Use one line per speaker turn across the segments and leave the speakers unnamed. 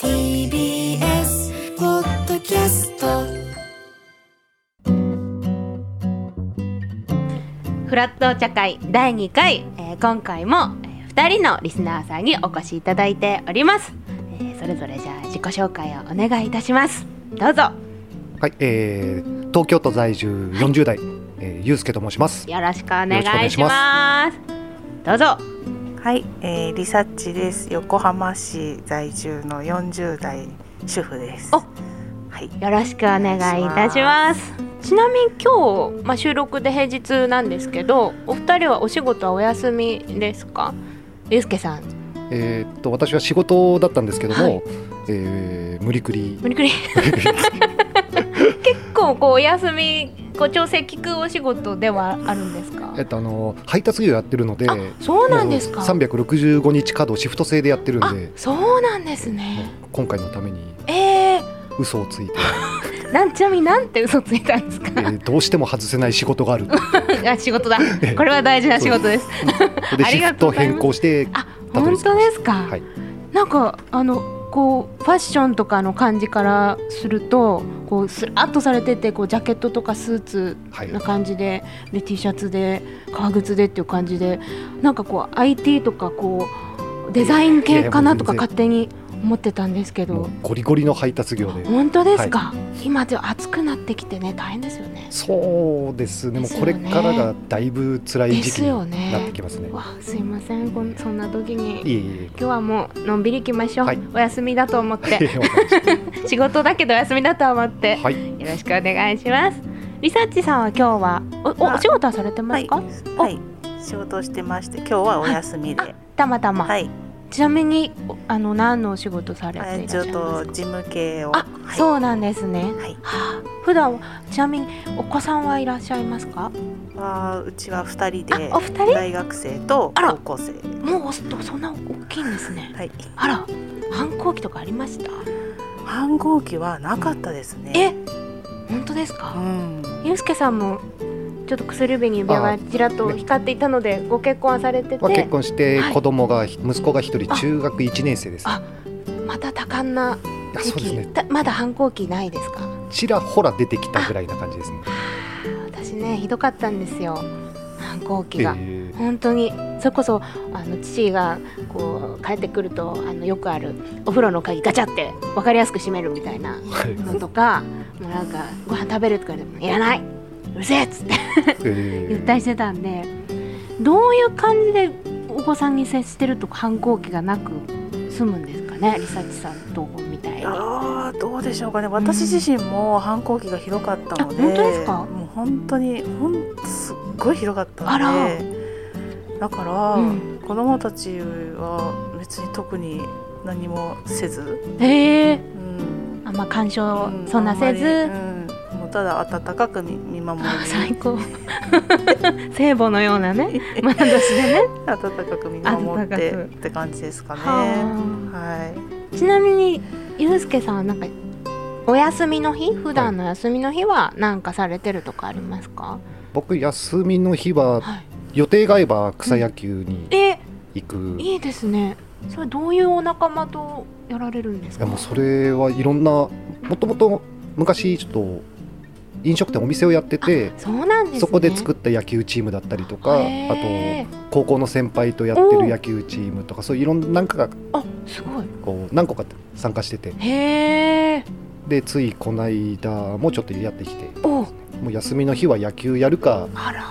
ー
TBS ポッドキャスト
フラットお茶会第2回、えー今回も、え2人のリスナーさんにお越しいただいております、えーそれぞれじゃあ自己紹介をお願いいたしますどうぞ
はい、えー、東京都在住40代、えー、ゆうすけと申します。
よろしくお願いし
よ
ます
ろしくお
どうぞ
はい、えー、リサッチです。横浜市在住の40代主婦です。
お
はい、
よろしくお願いいたしますちなみに今日、まあ、収録で平日なんですけどお二人はお仕事はお休みですかゆうすけさん
えーっと私は仕事だったんですけども、
はい
えー無理くり
無理 くり結構こうお休みこう調整聞くお仕事ではあるんですか
えっとあの配達業やってるので、
あそうなんですか
三百六十五日稼働シフト制でやってるん
あ
で、
そうなんですね
今回のために
え
嘘をついて、
ー、なんちなみになんて嘘ついたんです
え
か
ーどうしても外せない仕事がある。
あ仕事だ これは大事な仕事です
で
あ
シ
りが
フ
とうご
ト
ざいます
変更して、
あ
たど
本
り着きました
当ですか、
はい
なんかあのこうファッションとかの感じからするとこうスラッとされててこうジャケットとかスーツ
はい、
な感じでで T シャツで革靴でっていう感じでなんかこう IT とかこうデザイン系かなとか
いやいやもう全然
勝手に思ってたんですけ
も
ど
うゴリゴリの配達業で。
本当ですか、今じゃ暑くなってきてね大変ですよね
そうですね。も
で
う
すよ
これ
ね
からがだいぶ辛い時期
ですよね
になってきますね。
わあすいませんこんそんな時
いえ
に
いえい
今日はもうのんびり行きましょう、
はい
お休みだと思っ
え。
て
わかりまし
仕事だけどお休みだと思ったて
はい。
よろしくお願いしますリサッチさんは今日はおお
あ
お仕事はされてま
は
す
い、
か、
はい、仕事をしてまして、今日はお休みで、
あたまたま、
はい、
ちなみにおあの何のお仕事され
え
て
ー
い
ち
ら
ょ
っ
っ
しゃいます
と
か
事務系を、
あ、
はい、
そうなんですね。
はい、
はあ、普段はちなみにお子さんはいらっしゃいますか？
はうちは二人で
あ、お二人？
大学生と
あら
高校生、
もうそそんな大きいんですね。
はい、
あら、反抗期とかありました？
反抗期はなかったです
え
ね。、
本当です
う
か？
ん、
ゆうすけさんもちょっと薬指に指輪がちらっと光っていたのでご結婚はされて
まあ、
て
結、婚して
はい
子供が、息子が一人
あ
中学一年生です。
あまた多感な
あ
時
そうです
期、
ね。
たまだ反抗期ないですか？
ちらほら出てきたぐらいな感じですね。
私ねひどかったんですよ反抗期が。
え
本当にそれこそあの父がこう帰ってくるとあのよくあるお風呂の鍵ガチャって分かりやすく閉めるみたいな
ーはい
のとかもうなんかご飯食べるとかでもいらないうるせえっつって
え
言ったりしてたんでどういう感じでお子さんに接してると反抗期がなく済むんですかねリサチさんとこみたいに。
あーどうでしょうかね私自身も反抗期がひどかったので、
あ本当ですか
もう本当にほんすっごいひどかった
あら
のでだから、
うん
子供たちは別に特に何もせず、
へえ
うん
あんま干渉
う
そんなせず、
あんまりうんもうただ温かく見見守り
あ 最高聖母のようなね眼差しでね。
温かく見守って
温
って感じですかね。
はあ
はい、
ちなみにゆうすけさんはなんかお休みの日普段の休みの日は何かされてるとかありますか、
僕休みの日
は
は
い、
予定が合えば草野球に
え
行く。い
いいですねそれどういうお仲間とやられるんですか
やもうそれはいろんなもともと昔ちょっと飲食店お店をやってて、
そうなんですね
そこで作った野球チームだったりとか、あ
へ
と
ー
高校の先輩とやってる野球チームとかそういういろんな何かが
あすごい
こう何個か参加してて
へえ
でついこの間もちょっとやってきて
お
もう休みの日は野球やるか、
あら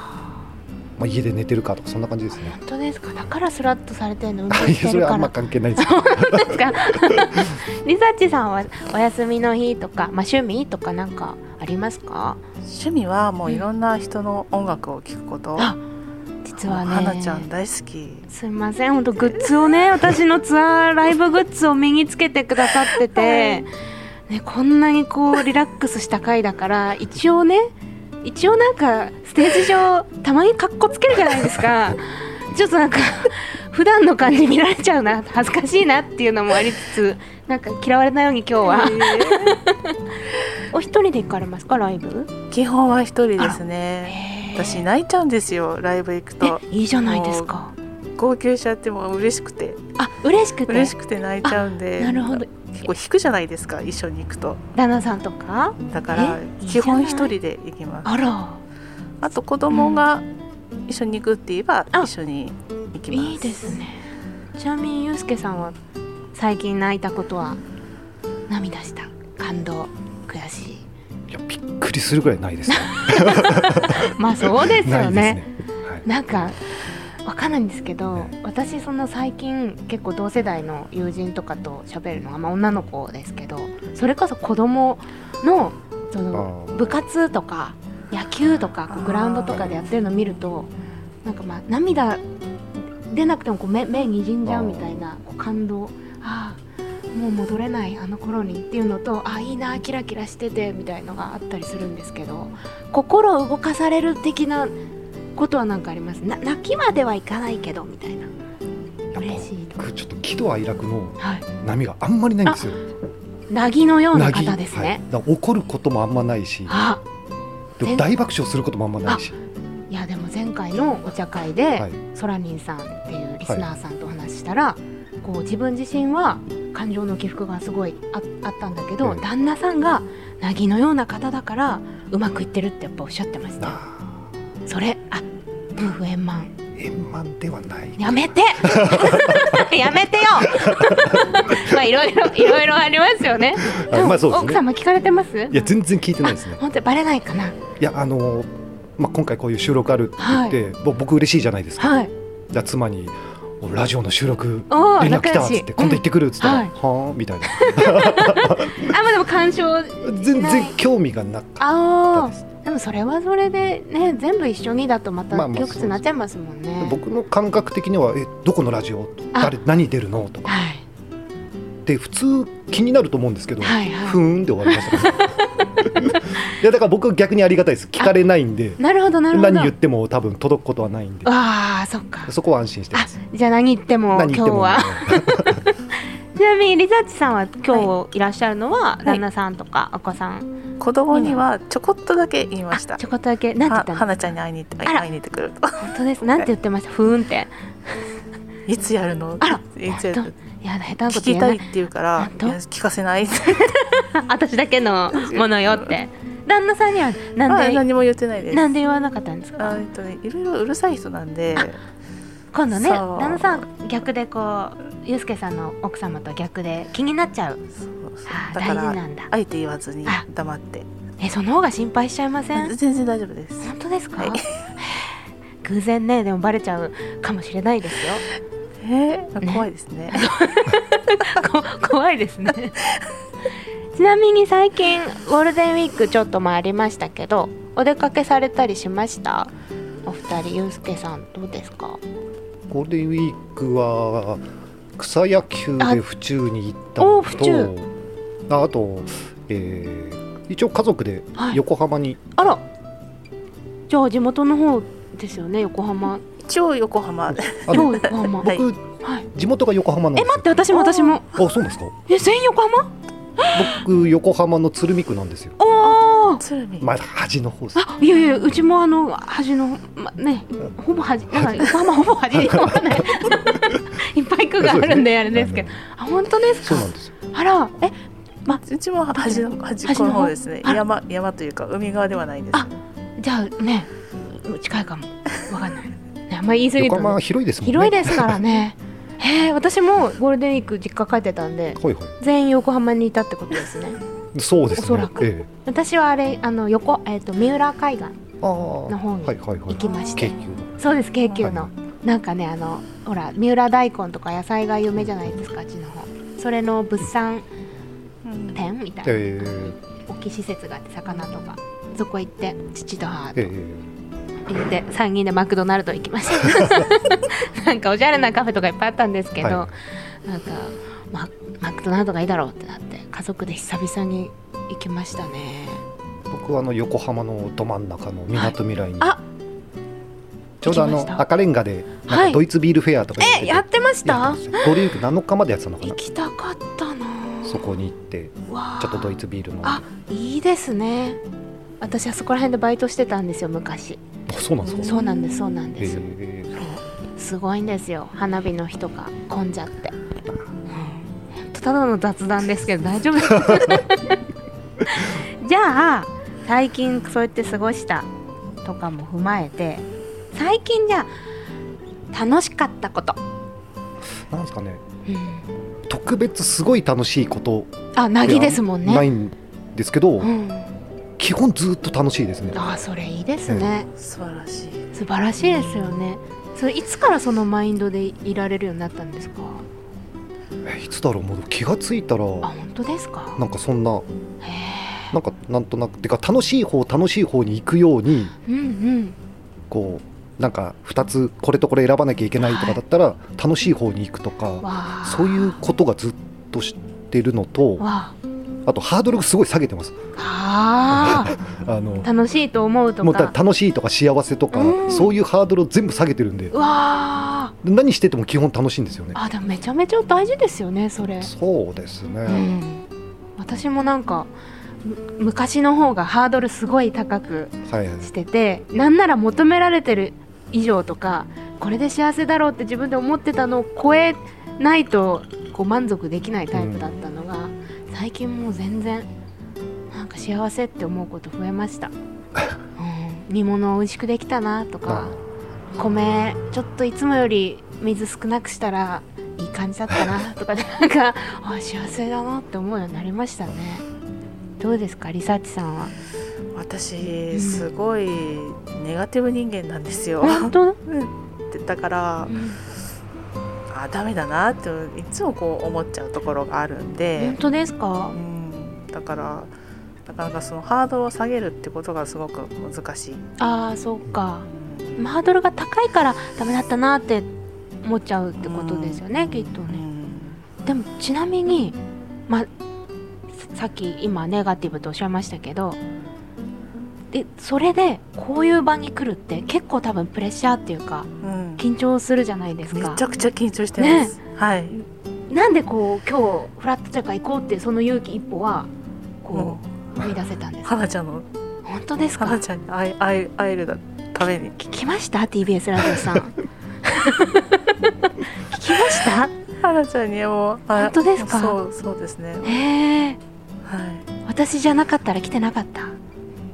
まあ、家で寝てるかとかそんな感じですね。
本当ですかだからスラッとされてるの運動
はい
して
そ
る
れは
か
あんま
ら
関係ない ですけど
ですかリサッチさんはお休みの日とか、まあ、趣味とかなんかありますか
趣味はもういろんな人の音楽を聴くこと。
あ実はね
もう花ちゃん大好き。
すいません本当グッズをね私のツアーライブグッズを身につけてくださってて、ね、こんなにこうリラックスした回だから一応ね一応なんかステージ上たまにかっこつけるじゃないですかちょっとなんか普段の感じ見られちゃうな恥ずかしいなっていうのもありつつなんか嫌われないように今日は お一人で行かれますかライブ
基本は一人ですね
へー
私泣いちゃうんですよライブ行くと
えいいじゃないですか
号泣しちゃってもう嬉しくて
あ嬉しくて
嬉しくて泣いちゃうんで
なるほど
結構引くじゃないですか一緒に行くと
旦那さんとか
だから
えいいじ
基
ゃない
本一人で行きます
あら
あと子供が一緒に行くって言えば
あ
一緒に行きます
いいですねちなみにゆうすけさんは最近泣いたことは涙した感動悔しい
いやびっくりするぐらいないですね。
まあ そうです
な
よ
い
ね
ですね。はい。
なんかわかんないんですけど、
ね
私その最近結構同世代の友人とかと喋るのが、まあ、女の子ですけどそれこそ子供のその
あー
部活とか野球とかこ
あ
う
ー
グラウンドとかでやってるの見るとなんかまあ涙出なくてもこう目目にじんじゃうみたいなこう感動ああもう戻れないあの頃にっていうのとああいいなキラキラしててみたいのがあったりするんですけど心を動かされる的なことはなんかありますな泣きまではいかないけどみたいな
や
嬉
っ
しいと
ぱ僕ちょっと喜怒哀楽の
はい
波があんまりないんですよ。
なぎのような
なぎ
方です
はい
ね、
だから怒ることもあんまないし、
あ
でも大爆笑することもあんまないし、
いやでも前回のお茶会で、
はい
ソラニンさんっていうリスナーさんとお話ししたら、こう自分自身は感情の起伏がすごいああったんだけど、
うん
旦那さんがなぎのような方だからうまくいってるってやっぱおっしゃってましたよ
あ
それあ夫婦円満
ー円満ではない。
やめ て やめてよ まあいろいろいろいろありますよね
はいまあそうですね
奥様聞かれてます
いや全然聞いてないですね。
本当にバレないかない
やあのーまあ今回こういう収録あるって言って、ぼ僕嬉しいじゃないですか。
はい
じゃあ妻におラジオの収録
おー
連絡来たっ
仲
つ
良
っ
して
今度行ってくるっつったら、
はい
はあみたいな
あまあでも干渉
全然興味がなかった
あ
です。
あでもそれはそれでね全部一緒にだとまた
まあまあ
窮屈になっちゃいますもんね、
僕の感覚的にはえどこのラジオ
あ
誰何出るのとか
はい
って普通気になると思うんですけど、
はいはい
ふーんで終わりましたから いやだから僕は逆にありがたいです聞かれないんで
なるほどなるほど
何言っても多分届くことはないんで
ああそっか
そこは安心してま
あ
す
じゃあ何言っても
何
今日
言っても
は
ね
ちなみにリザッチさんは今日いらっしゃるのは旦那さんとかお子さん、
子供にはちょこっとだけ言いま
あ
した
ちょこっとだけなんて言
は
ったの
花ちゃんに会いに行って
あら
会いに行ってくると
本当ですなんて言ってましたふーんって
いつやるの
あら
いつやるの
いやだ下手なこと言え
聞き
な
た
い
っ
い
て言うから
本
い
当
や聞かせない
私だけのものよって旦那さんにはなん
あ
で
何も言ってないです
なんで言わなかったんです
あ
か
えっとねいろいろうるさい人なんで
今度ね
そう
旦那さん逆でこうゆうすけさんの奥様と逆で気になっちゃう
そうそう
あー
だ
大
か
事
ら
なんだ
あえて言わずに
あ
黙って
えその方が心配しちゃいません
全然大丈夫です
本当ですか、
はい
偶然ねでもバレちゃうかもしれないですよ
え
ね
ー、怖いですね
こ 怖いですねちなみに最近ゴールデンウィークちょっともありましたけどお出かけされたりしましたお二人ゆうすけさんどうですか
ゴールデンウィークは草野球で府中に行った
あお
の
ー府中
とああと、えー一応家族で
はい
横浜に、
あらじゃあ地元の方ですよね横浜
一応横浜
あ
ど
の
う横浜、
はい
僕
はい、
地元が横浜なんで
え
すよ
待って私も私も
あそうなんですか
え全員横浜
僕横浜の鶴見区なんですよ
おお
鶴見
まだ端の方です
あいやいやうちもあの端の、ま、ねほぼ端なんか横浜ほぼ端にわかんない いっぱい区があるんであれですけどあ本当です
そ
か
うなんですよ
あらえ
うちも端の端っこの方ですね
あ
山山というか海側ではないんです
あじゃあね近いかもわかんない、ね、あんまり言い過ぎる
横
と
浜は広いですもんね
広い
で
ですからねへえ私もゴールデンウィーク実家帰ってたんで
はいは
全員横浜にいたってことですね
いそうですね
おそらく
え
私はあれあの横、えっと三浦海岸
えああ
の方に
はいはいは
行
い
きまして、
京急の
そうです京急の、
は
なんかねあのほら三浦大根とか野菜が有名じゃないですかあっちの方それの物産
うん
展みたいな、
え
大きい施設があって魚とかそこ行って父と母
ええ
と
え
行って3人でマクドナルド行きました なんかおしゃれなカフェとかいっぱいあったんですけど、
は
なんかママクドナルドがいいだろうってなって家族で久々に行きましたね
僕はあの横浜のど真ん中のみなとみらいに、
はいあ
ちょうどあ
行きまし
の
た
赤レンガでなん
は
か
い
ドイツビールフェアとかやって
え
て
やってまし
やったてましたゴールデンウィーク7日までやってたのか
行
な
きたかったな
そこに行って
わあ
ちょっとドイツビール飲んで
あいいですね私はそこら辺でバイトしてたんですよ昔
あそうなんですか
そうなんですそうなんです、
へえ
すごいんですよ花火の日とか混んじゃって、うんただの雑談ですけど大 丈夫ですかじゃあ最近そうやって過ごしたとかも踏まえて最近じゃあ楽しかったこと、
なんですかね
うん
特別すごい楽しいこと
あなぎですもん
な
ね、
いんですけど、
うん、
基本ずっと楽しいですね
あそれいいですね、
素晴らしい
素晴らしいですよねそれいつからそのマインドでいられるようになったんですか
えいつだろうもう気がついたら
あ本当ですか
なんかそんな
へ
なんかなんとなくてか楽しい方楽しい方に行くように
えうんうん
こうなんか2つこれとこれ選ばなきゃいけないとかだったら楽しい方に行くとか
わあ
そういうことがずっとしてるの
わ
と
あ
あとハードルがすごい下げてます
あー
あの
楽しいと思うと
もう
か
た楽しいとか幸せとか
うん
そういうハードルを全部下げてるんで
うわ
で何してても基本楽しいんですよね
ーあでもめちゃめちゃ大事ですよねそれ、
そうです
う
ね
ん、私もなんかむ昔の方がハードルすごい高く
はいはい
しててなんなら求められてる以上とかこれで幸せだろうって自分で思ってたのを超えないとこう満足できないタイプだったのが、最近もう全然なんか幸せって思うこと増えました、うん、煮物を美味しくできたなとか
あ
米ちょっといつもより水少なくしたらいい感じだったなとかでなんかあ幸せだなって思うようになりましたねどうですかリサーチさんは
私すごいネガティブ人間なんですよ
本当、
だからあダメだなっていつもこう思っちゃうところがあるんで
本、当ですか
うん、だからなかなかそのハードルを下げるってことがすごく難しい、
ああそうか
うん
ハードルが高いからダメだったなって思っちゃうってことですよね、きっと
う
ね
ん
でもちなみにまあささっき今ネガティブとおっしゃいましたけどでそれでこういう場に来るって結構多分プレッシャーっていうか
うん
緊張するじゃないです
め
か
ちゃくちゃ緊張してます、はい
なんでこう今日フラットチェカ行こうっていうその勇気一歩はこう踏み出せたんですか
花ちゃんの
本当です
花
か
ちゃんに会え会え会えるために
聞きました TBS ラジオさん 聞きました
花ちゃんにもあ
本当ですか
そうそうですね
へえ
はい
私じゃなかったら来てなかった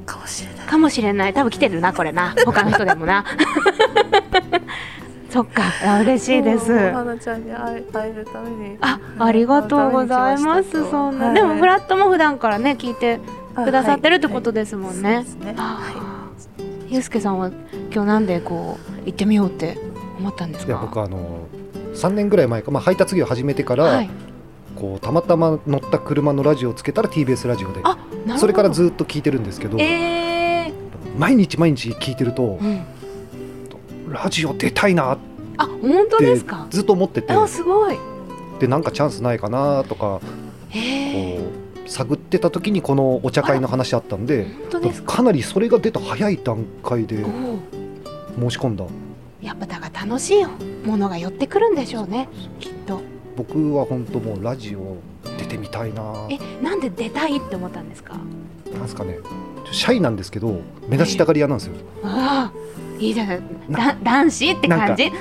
かもしれない
かもしれない多分来てるなこれな他の人でもな そっかあ嬉しいです
そう花ちゃんに会え会えるために
あありがとうございますそんな、でもフラットも普段からね聞いてくださってるってことですもんね、
はいはいそうですねは
あーゆうすけさんは今日なんでこう行ってみようって思ったんです
い
か
や僕あの3年ぐらい前か、まあ、配達業始めてから、
はい、
こうたまたま乗った車のラジオをつけたら TBS ラジオで
あなるほど
それからずっと聞いてるんですけど、
え
毎日毎日聞いてると
ーうん、
ラジオ出たいなっ
あ本当
て
ですか
ずっと思ってて
あすごい
でなんかチャンスないかなとか
えー、
こう探ってた時にこのお茶会の話あったんで
本当ですか
かなりそれが出た早い段階で
おお
申し込んだ
やっぱだから楽しいものが寄ってくるんでしょうねきっと
僕は本当もうラジオ出てみたいな
えなんで出たいって思ったんですか
なんですかねちょシャイなんですけど目立ちたがり屋なんですよ
ああいいじゃないだ男子って感じ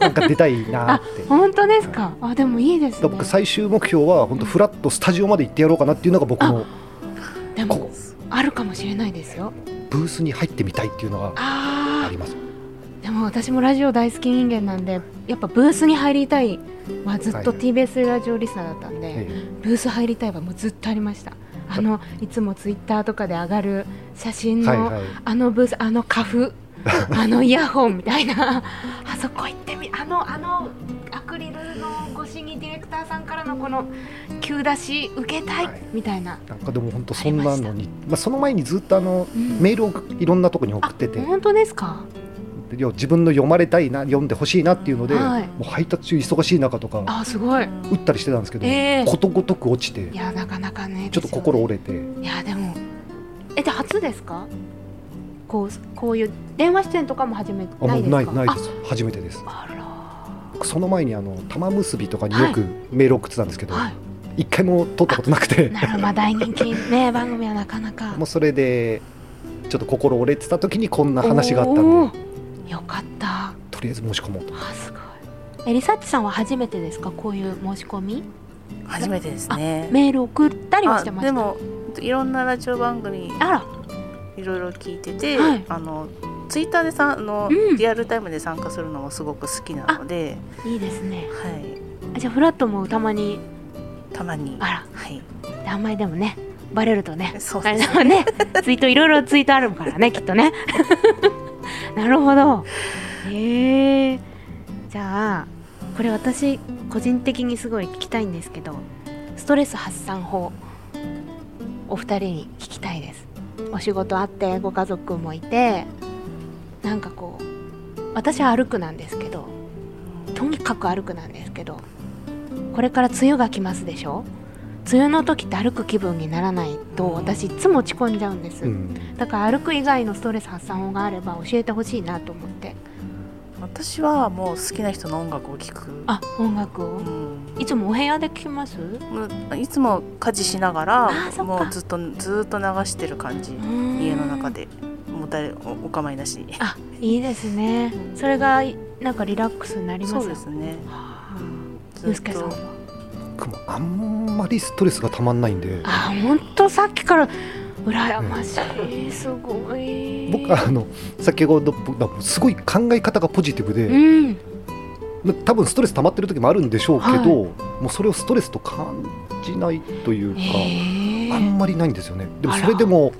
なんか出たいな って
本当ですかあでもいいです
だから
ね
僕最終目標は本当フラッとスタジオまで行ってやろうかなっていうのが僕の
で
こ
もあるかもしれないですよ
ブースに入ってみたいっていうのがあ
あ
ります
あでも私もラジオ大好き人間なんでやっぱブースに入りたいはずっと
はい
TBS ラジオリスナーだったんで、
え
ブース入りたいはもうずっとありましたあのいつもツイッターとかで上がる写真
え
の、
はいはい
あのブースあのカ フあのイヤホンみたいなあそこ行ってみあのあのアクリルの越しにディレクターさんからのこの急出し受けたい、
はい
みたいな、
なんかでも本当そんなのにまあその前にずっとあの
うん
メールをいろんなとこに送ってて
あ本当ですか
で要は自分の読まれたいな読んでほしいなっていうので、
はい
もう配達中忙しい中とか
あすごい
打ったりしてたんですけど、
ええ
ことごとく落ちて
い
ち
やなかなかね
ょっと
です
心
よ
折れて
ねいやでもえじゃあ初ですかこうこういう電話出演とかも初めて
あ
ない
も
で
う
すか
ないないです初めてです
ああ
その前にあの玉結びとかによくメール送ってたんですけど
ら
一、
は
回も撮ったことなくて
いなるほどまあ大人気ね番組はなかなか
もうそれでちょっと心折れてた時にこんな話があったんで
おーよかった
とりあえず申し込もうと
あすごいえリサッチさんは初めてですかこういう申し込み
初めてですね
メール送ったりは
あ
してま
で
した
もいろんなラジオ番組
あら
いろいろ聞いてて、
はい
あのツイッターでさあの、
うん
リアルタイムで参加するのもすごく好きなので、
いいですね
はい、
あじゃあフラットもたまに
たまに、
あ
はい、
らあんまりでもねバレるとね
そう
あ
で
れ
す
だもんねツイートいろいろツイートあるから ねきっとねなるほどへえじゃあこれ私個人的にすごい聞きたいんですけどストレス発散法お二人に聞きたいですお仕事あってご家族もいてなんかこう私は歩くなんですけどとにかく歩くなんですけどこれから梅雨が来ますでしょ梅雨の時って歩く気分にならないと私いつも落ち込んじゃうんです、
うん
だから歩く以外のストレス発散法があれば教えてほしいなと思って
私はもう好きな人の音楽を聴く、
あ音楽
う
を
ん、
いつもお部屋で聞きます
もういつも家事しなが
あーそっ
ら
か
もうずっとずっと流してる感じ、
家
家の中でもう誰おお構いなしに
あいいですねそれがなんかリラックスになります
そうですね、
は
う
あ
ん、
ゆうすけさんは
僕もあんまりストレスがたまんないんで
あ本当さっきから羨ましいすごい
僕あの先ほど僕僕すごい考え方がポジティブで、
うん
ま多分ストレス溜まってる時もあるんでしょうけど、もうそれをストレスと感じないというか、
へえ
あんまりないんですよねでも
あら
それでも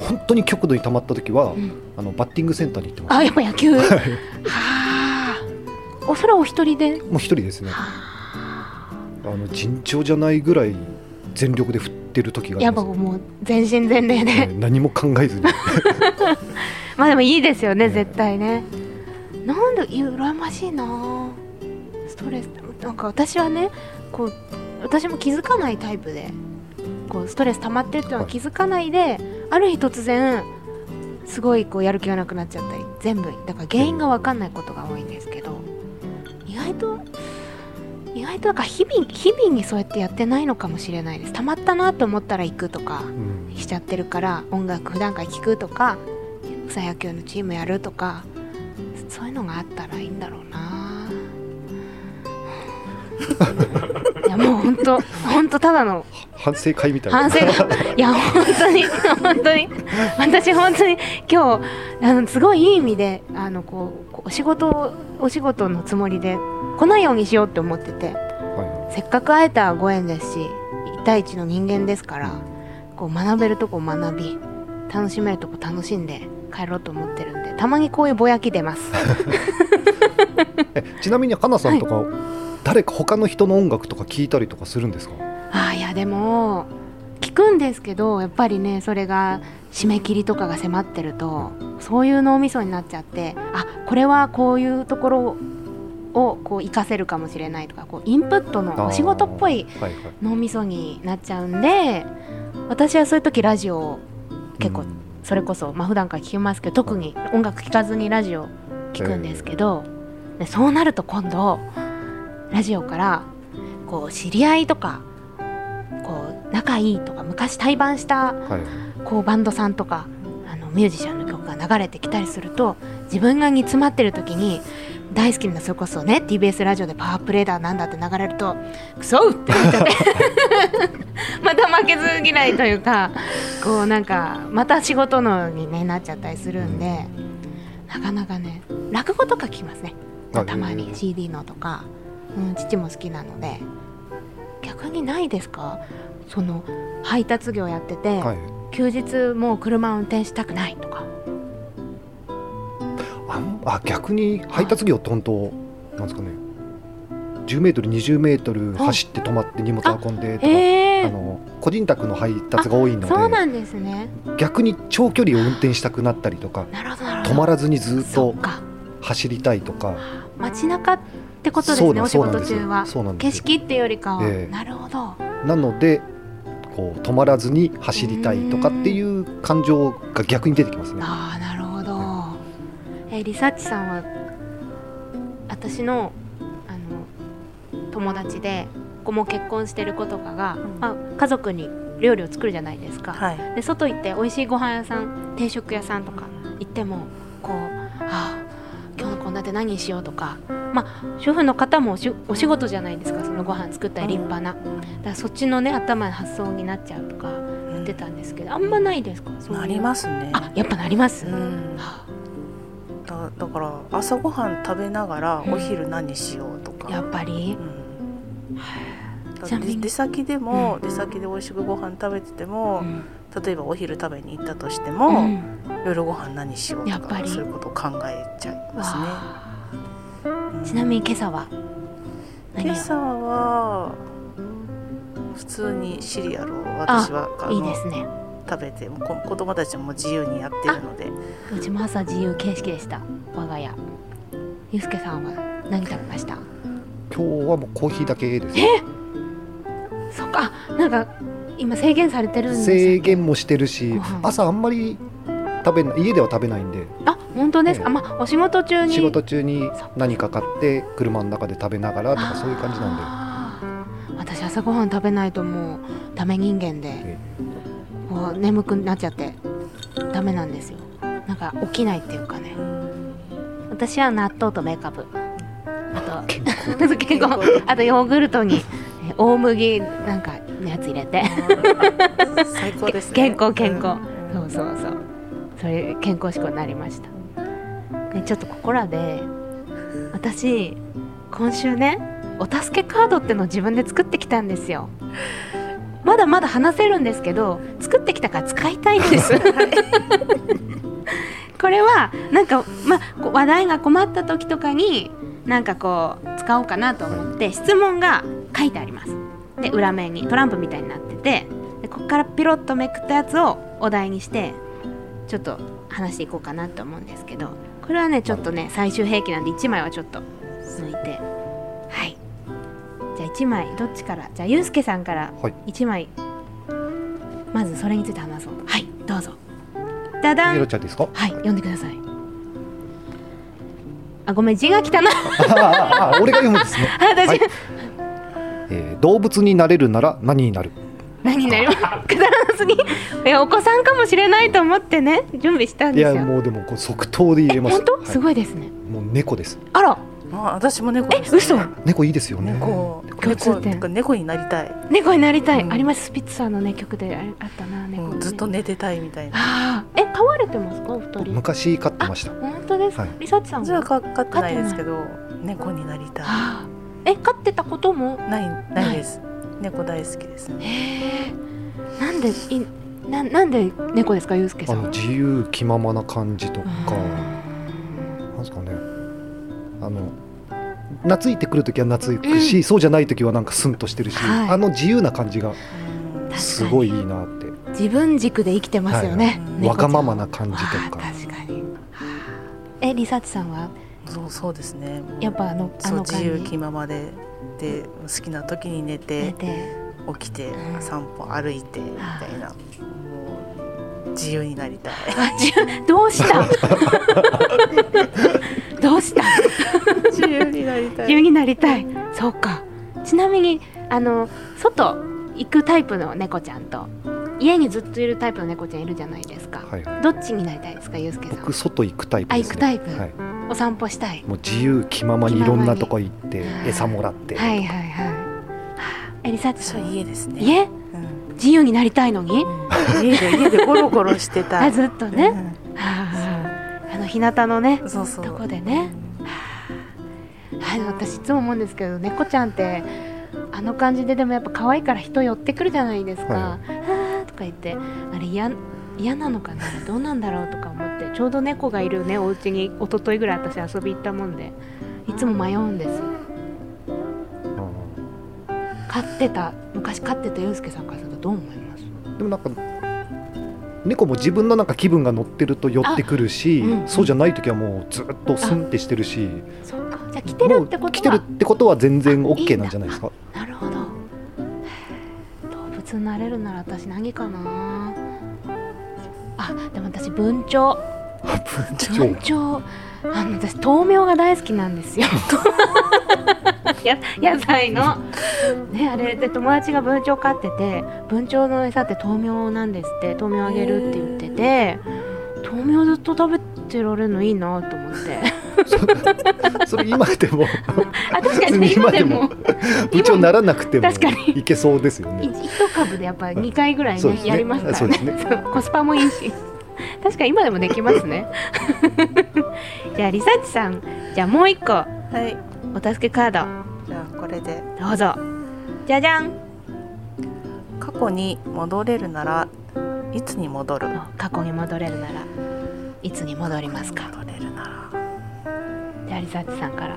本当に極度に溜まった時は、
うん
あのバッティングセンターに行ってま
あ
し
やっぱ野球は
た
あおそれはお一人で
もう一人ですねあの尋常じゃないぐらい全力で振ってる時があ
やっ
りま
ぱ
す
もう全身全霊で
ね何も考え ずに
まあでもいいですよね、
ね
絶対ね。なんでいや羨ましいな。ストレスなんか私はね、こう私も気づかないタイプで、こうストレス溜まってるっていうのは
はい
気づかないで、ある日突然すごいこうやる気がなくなっちゃったり、全部だから原因がわかんないことが多いんですけど、意外と意外となんか日々日々にそうやってやってないのかもしれないです。溜まったなと思ったら行くとか。
うん
しちゃってるから音楽普段から聴くとか草野球のチームやるとかそういうのがあったらいいんだろうな いやもうほんとほんとただの
反省会みたいな
反省 がいや本当に本当に私本当に今日あのすごいいい意味であのこうこうお仕事をお仕事のつもりで来ないようにしようって思ってて。
は
せっかく会えたご縁ですし一対一の人間ですからこう学べるとこ学び楽しめるとこ楽しんで帰ろうと思ってるんでたまにこういうぼやき出ます
いえちなみに花さんとか、誰か他の人の音楽とか聞いたりとかするんですか
あーいやでも聞くんですけどやっぱりねそれが締め切りとかが迫ってるとそういう脳みそになっちゃってあこれはこういうところをこう活かせるかもしれないとかこうインプットのお仕事っぽい
あーはいはい
脳みそになっちゃうんで私はそういう時ラジオを結構
うん
それこそ、まあ普段から聞きますけど特に音楽聴かずにラジオ聞くんですけど、でそうなると今度ラジオからこう知り合いとかこう仲いいとか昔対バンした
はい
こうバンドさんとかあのミュージシャンの曲が流れてきたりすると自分が煮詰まってる時に大好きなそれこそね TBS ラジオでパワープレーだなんだって流れるとクソってなっちゃって また負けず嫌いというかこうなんかまた仕事のに、ね、なっちゃったりするんで、なかなかね落語とか聞きますね
あ
たま
へ
に
ー
CD のとか、うん、父も好きなので逆にないですかその配達業やってて、
はい
休日もう車運転したくないとか
あんあ逆に配達業って本当なんですかね10メートル20メートル走って止まって荷物運んでとか、
え
あの個人宅の配達が多いの
そう
で
なんですね
逆に長距離を運転したくなったりとか
なるほどなるほど
止まらずにずっ
そ
と
っか
走りたいとか
街中ってことです
そう
ね
なん
お仕
そうなん
事
です
中
よ
は
そうなんで
景
すよ
色っていうよりかは、
ええ
なるほど
なのでこう止まらずに走りたいとかっていう感情が逆に出てきますね。
ああなるほど、えーリサーチさんは私のあの友達でここも結婚してる子とかが、
ん
まあ、家族に料理を作るじゃないですか、
はい
で外行って美味しいご飯屋さん定食屋さんとか行ってもこう「あー今日の献立何にしよう」とかまあ主婦の方もおしお仕事じゃないですかそのご飯作ったり立派な、だからそっちのね頭の発想になっちゃうとか言ってたんですけどあんまないですかそういう
なりますね
あやっぱなります、
うん
は
だだから朝ごはん食べながら
うん
お昼何しようと
あや
か、
っぱり
うんだから
ちなみに
出出先でも、
うん
出先で美味しくご飯食べてても、
うん
例えばお昼食べに行ったとして
う
も、
ん
夜ご飯何しようと
やっぱ
か
り
そういうことを考えちゃいますね。
わあちなみに今朝は何を
今朝は普通にシリアルを私はあの
いいですね
食べてもうこ子供たちも自由にやってる ので
うちも朝自由形式でした我が家ゆうすけさんは何食べました
今日はもうコーヒーだけですね。
そっかあなんか今制限されてるんです
制限もしてるし
ご飯、
朝あんまり食べな家では食べないんで、
あ本当ですか、
ええ
まあお仕事中に
仕事中に何か買って車の中で食べながらとかそういう感じなん
んで私朝ごはん食べないともうダメ人間で
え
こう眠くなっちゃってダメなんですよなんか起きないっていうかね私は納豆とメカブあ
で。 結構
と 結構あとヨーグルトにえ大麦なんかのやつ入れて
最高ですね
健康健康、
うん
そうそうそうそれ健康志向になりましたでちょっとここらで私今週ねお助けカードってのを自分で作ってきたんですよまだまだ話せるんですけど作ってきたから使いたいんですこれはなんか、まあ、こう話題が困った時とかになんかこう使おうかなと思って質問が書いてありますで裏面にトランプみたいになっててでここからピロッとめくったやつをお題にしてちょっと話していこうかなと思うんですけどこれはねちょっとね最終兵器なんで1枚はちょっと抜いてはいじゃあ1枚どっちからじゃあゆうすけさんから
はい
1枚、まずそれについて話そうはいどうぞダダ
エロ
ン
ちゃんですか？
はい読んでくださいあごめん字が汚い
ああああ俺が読むんですね。
私、
はいえー動物になれるなら何になる？
何になります かくだらなす ぎいやお子さんかもしれないと思ってね準備したん
い
ですよ
やもうでもこう即答で入れました。
本当、
はい
すごいですね
もう猫です。
あら
まあ私も猫
え
です、
嘘
猫いいですよね。
猫
共
猫
通点
てか猫になりたい、
猫になりたい、
うん
ありますスピッツさんのね曲でああったな猫、
うんずっと寝てたいみたいな
ああえ飼われてますかお二
僕
人
昔飼ってました。
本当ですか、
はい
リサーチさん
じゃあ
は
か飼ってないですけど猫になりた
あーえ飼ってたことも
いないないです猫大好きですね
へえなんでいななんで猫ですかゆうすけ
あ
さん
の自由気ままな感じとか、
うん
なんですかね。あの懐いてくるときは懐くし、そうじゃないときはなんかスンとしてるし、
はい
あの自由な感じが
うん
すごいいいなって。
自分軸で生きてますよね、
はい
猫ちゃん
わがままな感じと
わ
か
あ確かにえリサーチさんは
そうそうですねもう
やっぱあのあ
そう
の
自
感
由
じ
気ままでで好きな時に寝
出
て
て
起きて
うん
散歩歩いてみたいなもう自由になりたい
あ自由どうした どうした
自由になり た
自 由になりたいそうかちなみにあの外行くタイプの猫ちゃんと家にずっといるタイプの猫ちゃんいるじゃないですか、
はいはい。
どっちになりたいですかゆうすけさ
僕
ん
外行くタイプですね。
あ行くタイプ
はい。
お散歩したい
もう自由気ままにいろんなとこ行って
ままに
餌もらって、
はいはいはいはあえリサーチ
私
さ
は
んは
家ですね
家
うん
自由になりたいのに
家で家でゴロゴロしてた
あ
い
ずっとね、あの日向のね
うんそうそう
とこでねはい私いつも思うんですけど猫ちゃんってあの感じででもやっぱ可愛いから人寄ってくるじゃないですか「
は
あー」とか言ってあれ嫌嫌なのかなどうなんだろうとか思ってちょうど猫がいるねお家に一昨日ぐらい私遊び行ったもんでいつも迷うんです
うん
飼ってた昔飼ってたユうスケさんからするとどう思います
でもなんか猫も自分のなんか気分が乗ってると寄ってくるし、
あうん
そうじゃない時はもうずっとスンってしてるし
そうかじゃあ来て
も
るっ
う
てことは
来てるってことは全然
あいいんだ
OK なんじゃないですか
なるほど動物スになれるなら私何かなあでも私文鳥文鳥あの私豆苗が大好きなんですよ や野菜のねあれで友達が文鳥飼ってて文鳥の餌って豆苗なんですって豆苗あげるって言ってて豆苗ずっと食べてられるのいいなと思って
それ今で も
あ確かにね今
今
で
で
も
も部長ならなくても
確かに
いけそうですよ
い
ね。
一株でやっぱり2回ぐらい
そうで
ね
すね
やりますからね
そうで
そうコスパもいいし 確かに今でもできますねじゃあリサーチさんじゃあもう一個
はい
お助けカー
じゃあこれで
ドどうぞじゃじゃん
過去に戻れるならいつに戻る
過去に戻れるならいつに戻りますか
戻れるな
じゃあリサーチさんから
ら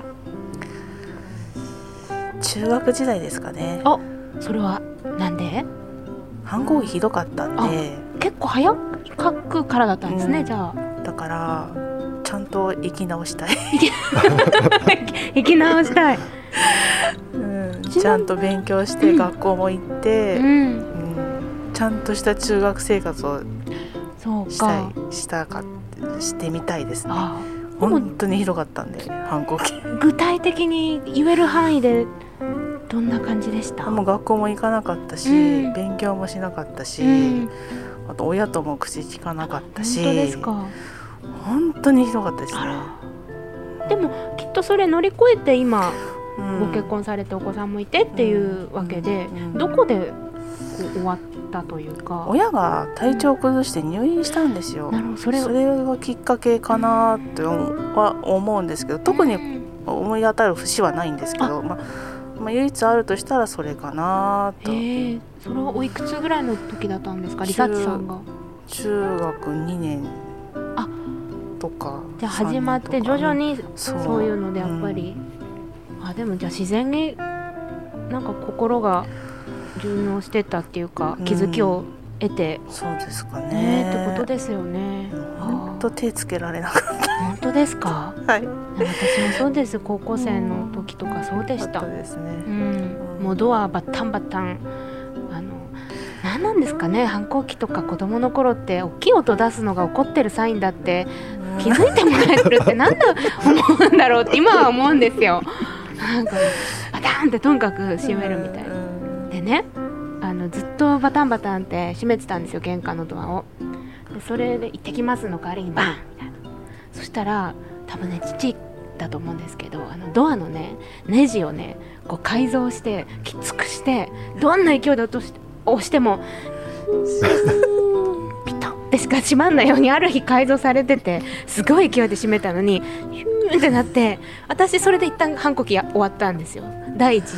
中学時代ですかね
おそれはなんで
反抗期ひどかったんで
結構早くからだったんですね、
うん
じゃあ
だからちゃんと生き直したい、
生き直したい、
うん、ちゃんと勉強して学校も行っ
う
て、
ん、
うんちゃんとした中学生活を
そう
した
か
いしたかしてみたいですね
あ
本当にひどかったんで反抗期
具体的に言える範囲でどんな感じでした
もう学校も行かなかったし、
うん
勉強もしなかったし、
うん
あと親とも口聞かなかったし
本当ですか
本当にひどかったですね
あ、らでもきっとそれ乗り越えて今
うん
ご結婚されてお子さんもいてっていうわけで、
うん
どこでこう終わったというか
親が体調を崩して入院したんですよ、
なるほどそ
そ
れ
れがきっかけかなっては思うんですけど特
う
に
ん
思い当たる節はないんですけど、まあ、まあ唯一あるとしたらそれかな
え
と、
ーそれはおいくつぐらいの時だったんですかリサーチさんが
中学2年
あ
とか
じゃあ始まって徐々に
そ
そういうのでやっぱり、あでもじゃあ自然になんか心が順応してたっていうか
うん
気づきを得て、
うんそうですかね
ねえってことですよね。
本当手つけられなかっ
本当ですか
た。はい。
私もそうです高校生の時とかそうでした
そうです
う
ね。
んもうドアバッタンバッタンあの何なんですかね反抗期とか子供の頃って大きい音出すのが怒ってるサインだって気づいてもらえるってなんで思うんだろうって今は思うんですよなんかバタンってとにかく閉めるみたいな
な。
でねあのずっとバタンバタンって閉めてたんですよ玄関のドアをでそれで「行ってきます」の代わりにバーンみたいなそしたら多分ね父だと思うんですけどあのドアのねネジをねこう改造してきつくしてどんな勢いで落とし押してもピタッてしか閉まんないようにある日改造されててすごい勢いで閉めたのにヒューンってなって私それで一旦反抗期や終わったんですよ第一次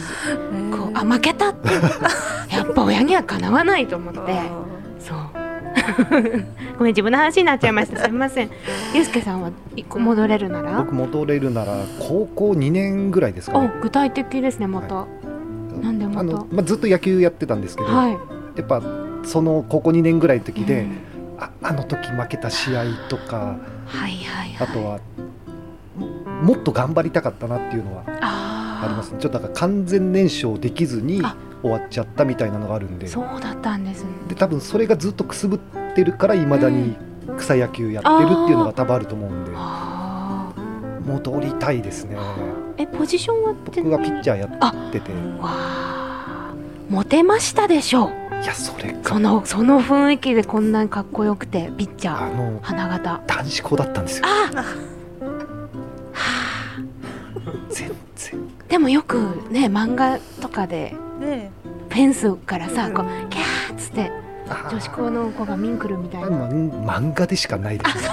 こうあ負けたって やっぱ親にはかなわないと思ってそう ごめん自分の話になっちゃいま したすみませんゆうすけさんは一個戻れるなら
僕戻れるなら高校2年ぐらいですか
お
ね。
具体的ですねまた、なんでまた
あのまあずっと野球やってたんですけど、
はい
やっぱその高校2年ぐらいの時で、
うん
ああの時負けた試合とか
はいはいはい
あとは、もっと頑張りたかったなっていうのは
あ
あ
ー
りますねちょっとだから完全燃焼できずに
あ
終わっちゃったみたいなのがあるんで
そうだったんですね
で多分それがずっとくすぶってるからいまだに草野球やってるっていうのが多分あると思うんで
あー
戻りたいですね
えポジションは
僕がピッチャーやってて
わあモテましたでしょう
いやそれ
そ
が
のその雰囲気でこんなにかっこよくてピッチャ
あ
ー
の
花形
男子校だったんですよ
ああ
全然
でもよくね漫画とかで
ね。
フェンスからさ
うん
こうキャーっつって
あー
女子校の子がミンクルみたいな
ま漫画でしかないですね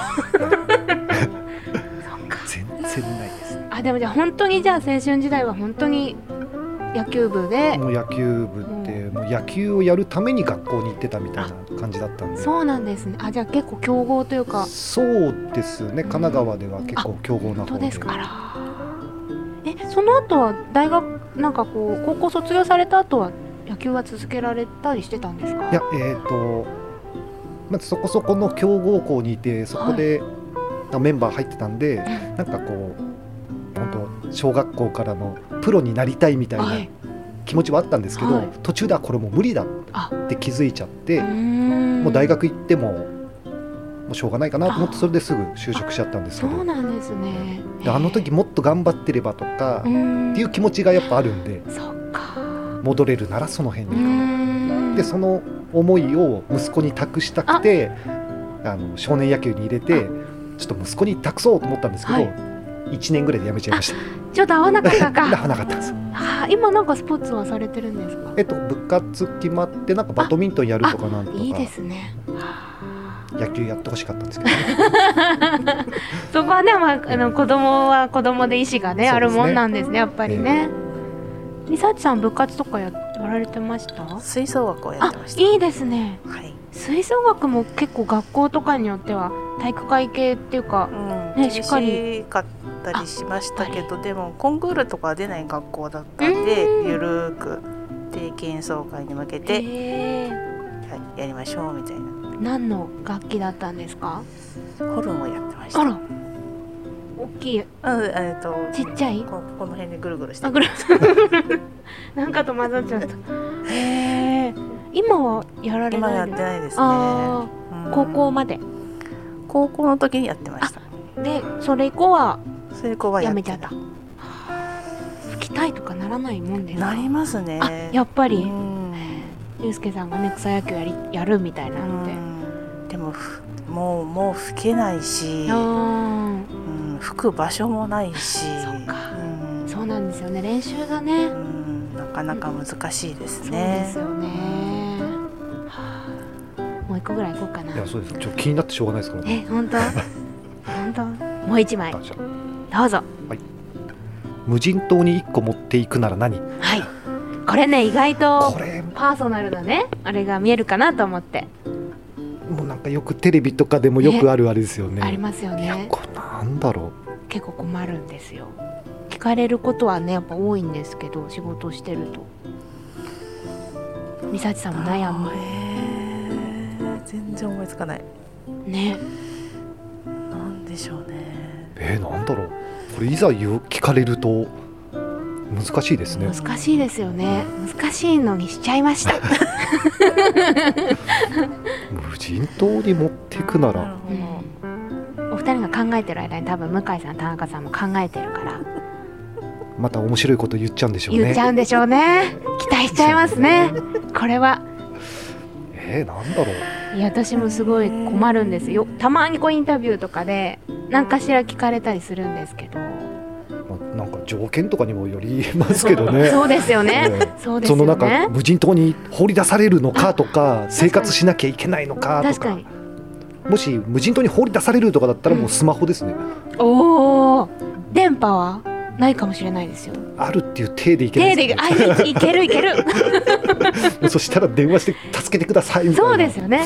全然ないですね
あでもじゃあ本当にじゃあ青春時代は本当に野球部で
もう野球部ってもう野球をやるために学校に行ってたみたいな感じだったんで
そうなんですねあじゃあ結構強豪というか
そうですね神奈川では結構強豪な
本
方
当
で
ですかあらえその後は大学なんかこう高校卒業された後は野球は続けられたりしてたんですか
いやえっ、とまずそこそこの強豪校にいてそこで、なメンバー入ってたんでなんかこう本当小学校からのプロになりたいみたいな
はい
気持ちはあったんですけど、
はい
途中ではこれもう無理だ
あ
って気づいちゃって、
も
もう大学行ってももうしょうがないかなと思ってそれですぐ就職しちゃったんですけ
そ
ど
うなんですね
であの時もっと頑張ってればとか
う、ん
っていう気持ちがやっぱあるんで
そっか
戻れるならその辺
う
にかな。
ん
でその思いを息子に託したくてあの少年野球に入れてちょっと息子に託そうと思ったんですけど、
は
1年ぐらいでやめちゃいまし
ちょっと合わなかったた
な
か
かなかったんです
あー今なんかスポーツはされてるんですか
えっと部活決まってなんかバドミントンやるとかなんとか
いいですねあ
野球やってほしかったんですけど、
ーそこはね、まあ、あの子供は子供で意思がね
そうですね。
あるもんなんですねやっぱりね、リサーチさん部活とかややられてました
吹奏楽をやっ
あ
てました。
いいですね
はい。
吹奏楽も結構学校とかによっては体育会系っていうか
うん、
ね
厳
しっかり
しかったりしましたけどでもコンクールとかは出ない学校だったんで
うん
ゆるーく定期演奏会に向けて、
へー
はい、やりましょうみたいな
何の楽器だったんですか
ホルンをやってました
あら大きい
うんえっと
ちっちゃい
ここの辺でぐるぐるして
あぐらなんかと混ざっちゃった へえ今はやられ
今
な
やっ
い
て
です
ないですね
あ
う
あ
ん
高校まで
高校の時にやってました
でそれ以降は
それ以降はや
や
ってな
め
い
ちゃった吹きたいとかならないもんですか
なりますね
あやっぱ
ぱ
りゆうすけさんがね草野球やりやるみたいなので
でもふもうもう吹けないし、
あ
うん、吹く場所もないし
そっか
うん
ーそうなんですよね練習がね
うんなかなか難しいで
そ
す
うで
ね
す。よね。はあもう一個ぐらい行こうかない
やそうですちょっと気になってしょうがないですからね
え、本 当。本当。もう一枚。
あじゃあ
どうぞ。
無人島に1個持っていくなら何
はい。これね、意外。
ことれ
パーソナルなね、あれが見えるかなと思って。
もうなんかよくテレビとかでもよくあるあれですよね
ありますよ
いや
ね。
これなんだろ
結構困るんですよ。聞かれることはね、やっぱ多いんですけど、仕事してると。みさちさんも悩
あ
む。
ーえー全然思いつかない。
ね。
なんでしょうね
う。えー、なんだろうこれいざ言う聞かれると難しいですね
難しいですよね。難しいのにしちゃいました。
無人島に持っていくな
なる
ら
ほ
う
ど。
ん、お二人が考えてる間に多分向井さん田中さんも考えてるから
また面白いこと言っちゃうんでしょう
言っ
ね
ちゃうんでしょうね期待しちゃいますねこれは
えー、なんだろう
いや私もすごい困るんですよたまにこうインタビューとかで何かしら聞かれたりするんですけど
まあ、なんか条件とかにもよりますけどね。
そうですよね
ね
そうです
そ
よ
の中
ね
無人島に放り出されるのか とか生活しなきゃいけないのかと
確か
か
に
もし無人島に放り出されるとかだったらもうスマホですね、
おお電波はないかもしれないですよ
あるっていう体でいけない
手
です
で
よ
あいいけるいける
ねそしたら電話して助けてくださいみたいな
そうですよね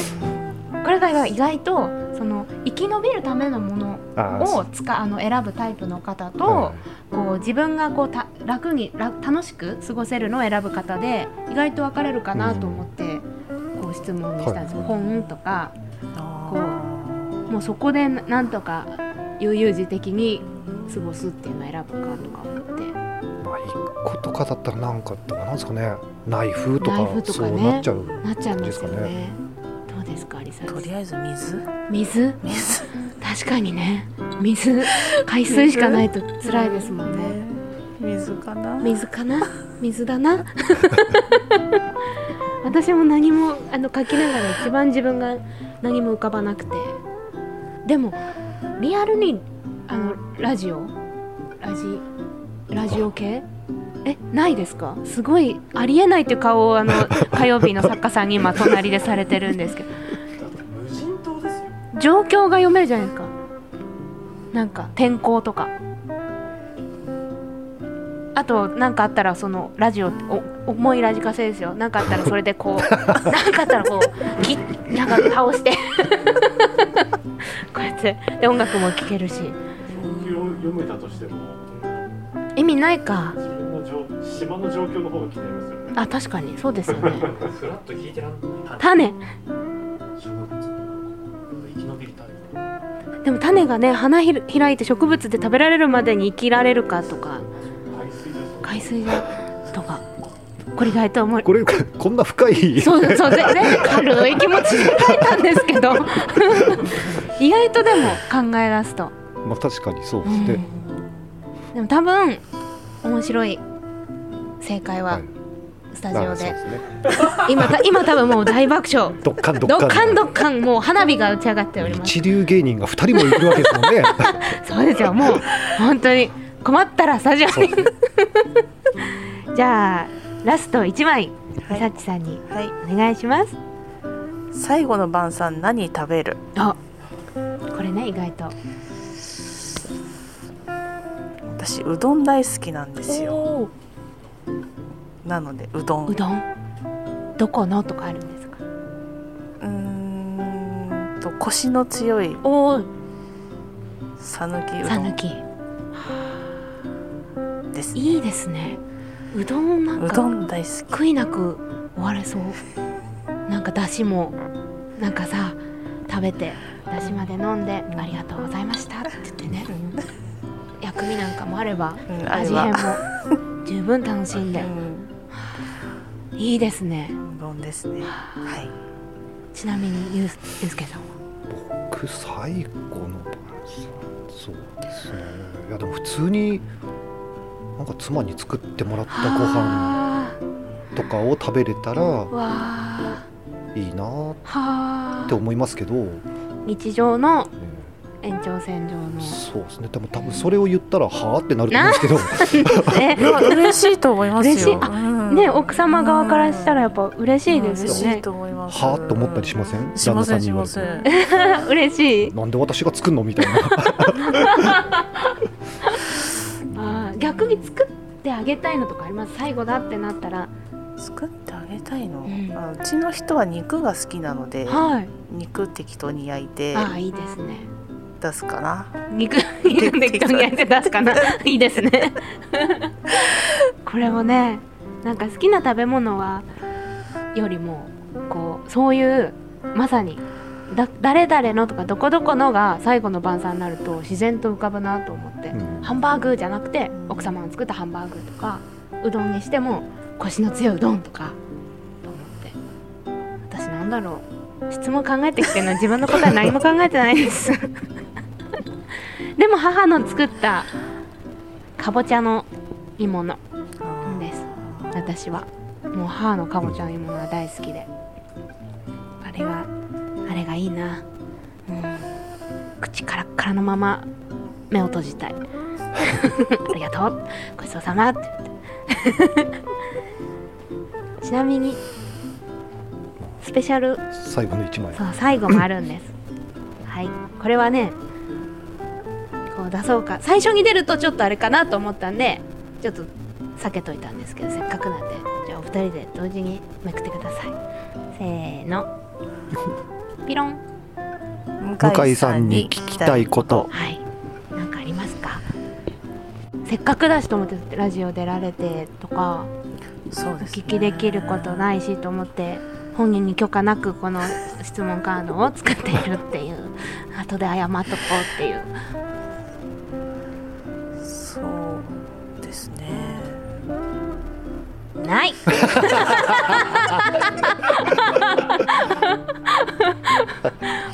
これが意外とその生き延びるためのもの
あー
を使あの選ぶタイプの方と、
は
こう自分がこうた楽にら楽しく過ごせるのを選ぶ方で意外と分かれるかなと思って、こう質問にしたんです、
はい
本とか
あ
もうそこでななんとか悠々自適に過ごすっていうのを選ぶかとか思って
いまあ一個とかだったらなんかどうなんですかねナイフとか
ナイフとか
そ
ね
うなっちゃう
なっちゃいますよ
ですか
ね。どうですかリサ
ーとり
さん
あえず水
水
水
確かにね水海水しかないと辛いですもんね。
水かな。
水かな水だな 私も何もあの書きながら一番自分が何も浮かばなくてでもリアルにあのラジオラジラジオ系えないですかすごいありえないっていう顔をあの火曜日の作家さんに今隣でされてるんですけど状況が読めるじゃないですかなんか天候とかあと何かあったらそのラジオお重いラジカセですよ何かあったらそれでこう何かあったらこうきなんか倒して こうやってで音楽も聴けるし
読めたとしても
意味ないか
自分の状島の状況の方が気になりますよね。
あ確かにそうですよね
フラッと聞いてらんない。
種
小学生生き延びるため
でも種がね花ひ開いて植物で食べられるまでに生きられるかとか
海水です。
海水だとかこれ意外と思い
これ こんな深い
そうそう全然軽い気持ちで書いたんですけど意外とでも考え出すと、
まあ確かにそう
う
です
ん
ね、
でも多分面白い正解
は
はいスタジ
あ
オ
そう
で、
ですね
今た今多分もう大爆笑
ドッカンド
ド
ッ
ッ
カ
カ
ン
ンドッカンもう花火が打ち上がっております
一流芸人が二人もいるわけですもんね
そうですよもう本当に困ったらスタジオに じゃあラスト1枚み
はい
さっちさんに
はい
お願いします
最後の晩餐何食べる
あこれね意外と
私うどん大好きなんですよ
お
なのでうどん
うどんどこのとかあるんですか
うーんとコシの強い
おお
讃岐う
さ
ど
ぬ
ん
き
です
いいですねうどんなん
う
か
どん大好き
悔いなく終われそうなんかだしもなんかさ食べてだしまで飲んでありがとうございましたって言ってね薬味なんかもあれば
うんあれ
味
は
変も 十分楽しんで
うん
いいですね
うどんですねはい
ちなみにゆうすゆうすけさんは
僕最後の晩餐そうですねいやでも普通になんか妻に作ってもらったご飯
は
とかを食べれたら
あわあ
いいな
は
って
あ
思いますけど、
日常の
ね
延長線上 の
そうですねでも多分それを言ったらはあってなると思うんですけど
え
いや嬉しいと思いますよ。
嬉しいあ
うん
ね奥様側からしたらやっぱ嬉しいで
嬉
す
し
よ
い
ね
と思います。
はあと思ったりしません
しませ
旦那さん
ん
に
し
言わ
ま
れて
せん。
嬉しい
なんで私が作るのみたいな
あー逆に作ってあげたいのとかあります最後だってなったら
作ってあげたいの。
うん
あうちの人は肉が好きなので、
はい
肉適当に焼いて
ああいいですね
出すかな。
肉肉で人に焼いて出すかな いいですねこれもねなんか好きな食べ物はよりもこうそういうまさにだ誰々のとかどこどこのが最後の晩餐になると自然と浮かぶなと思って、
うん
ハンバーグじゃなくて奥様の作ったハンバーグとかうどんにしてもコシの強いうどんとかと思って私なんだろう質問考えてきてるのに自分の答え何も考えてないですでも母の作ったかぼちゃの煮物です私はもう母のかぼちゃの煮物が大好きであれがあれがいいな、うん、口カラッカラのまま目を閉じたい ありがとうごちそうさまって言って ちなみにスペシャル
最後の 一枚
そう最後もあるんですはいこれはねこう出そうか最初に出るとちょっとあれかなと思ったんでちょっと避けといたんですけどせっかくなんでじゃあお二人で同時にめくってくださいせーのピロン
向井さんに聞きたいこと
はい。なんかありますか。せっかくだしと思ってラジオ出られてとか、
そう
お
です、ね。
聞きできることないしと思って。本人に許可なくこの質問カードを作っているっていう後で謝っとこうっていう
そうですね。
ない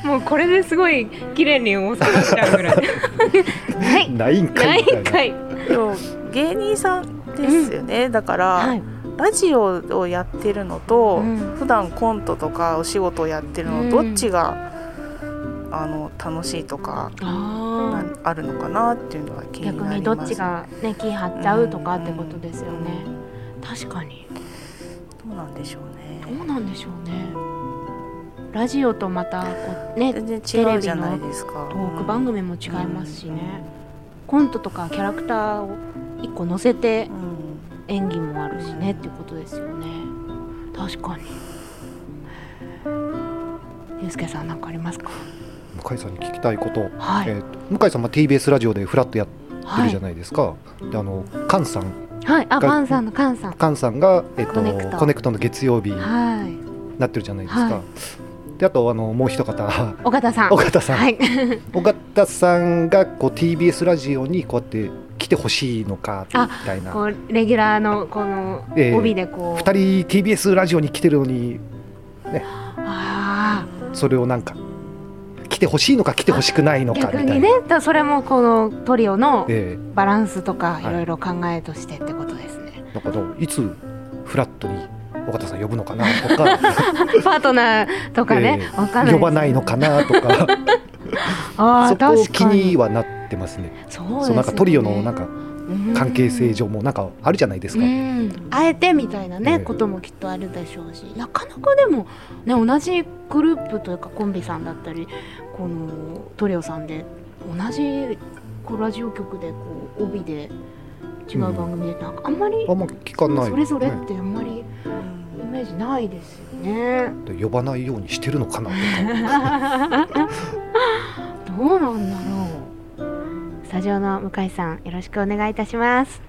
もうこれですごい綺麗に収まっちゃうぐらいない
ないんか
ないい
みたいな
かい
でも芸人さんですよね。だから、
はい
ラジオをやってるのと、
うん
普段コントとかお仕事をやってるの、
うん
どっちがあの楽しいとかな
あ
あるのかなっていうのは気に
逆
な
に
り
ど
ます
っちがね気張っちゃうとかってことですよね、確かに
どうなんでしょう
どう
ね
なんでしょうねラジオとまたこうね
全然違うじゃないですか
トーク番組も違いますしね、コントとかキャラクターを1個載せて
うんうん
演技もあるしねっていうことですよね確かにゆうすけさんなんかありますか
向井さんに聞きたいこと、
はい、
えーと向井さんは TBS ラジオでフラットやって
は
るじ
い
ゃ、ないですか、であの菅さん
はい、あパンさんのカンさん
菅さんが、えっと
コネクト
コネクトの月曜日に
はい
なってるじゃないですか、
は
であとあのもう一方
岡田さん
尾形さん、
はい
尾形さんがこう TBS ラジオにこうやって来てほしいのかみ
あ
たいな
こうレギュラーのこの
ええ
帯でこう、
2人 TBS ラジオに来てるのに
ああ
それをなんか来てほしいのか来てほしくないのかみた
逆
いな
にねだそれもこのトリオの
え
バランスとか
い
いろいろ考えとしてってことですね、
えだからいつフラットに若田さん呼ぶのかなとか
パートナーとかね、
ええ
わかんないです
呼ばないのかなとか
ああ
そこを
確
気
かに
にはなってますね。
そうです
そうなんかトリオのなんか関係性
上
上もなんかあるじゃないですか。
うん、あえてみたいなね、
ええ
こともきっとあるでしょうしなかなかでも、ね、同じグループというかコンビさんだったりこのトリオさんで同じこうラジオ局でこう帯で違う番組でなんかあんまり、
あんま聞かない、
それぞれってあんまりイメージないですよね。
ね呼ばないようにしてるのかなとか
どうなんだろうスタジオの向井さんよろしくお願いいたします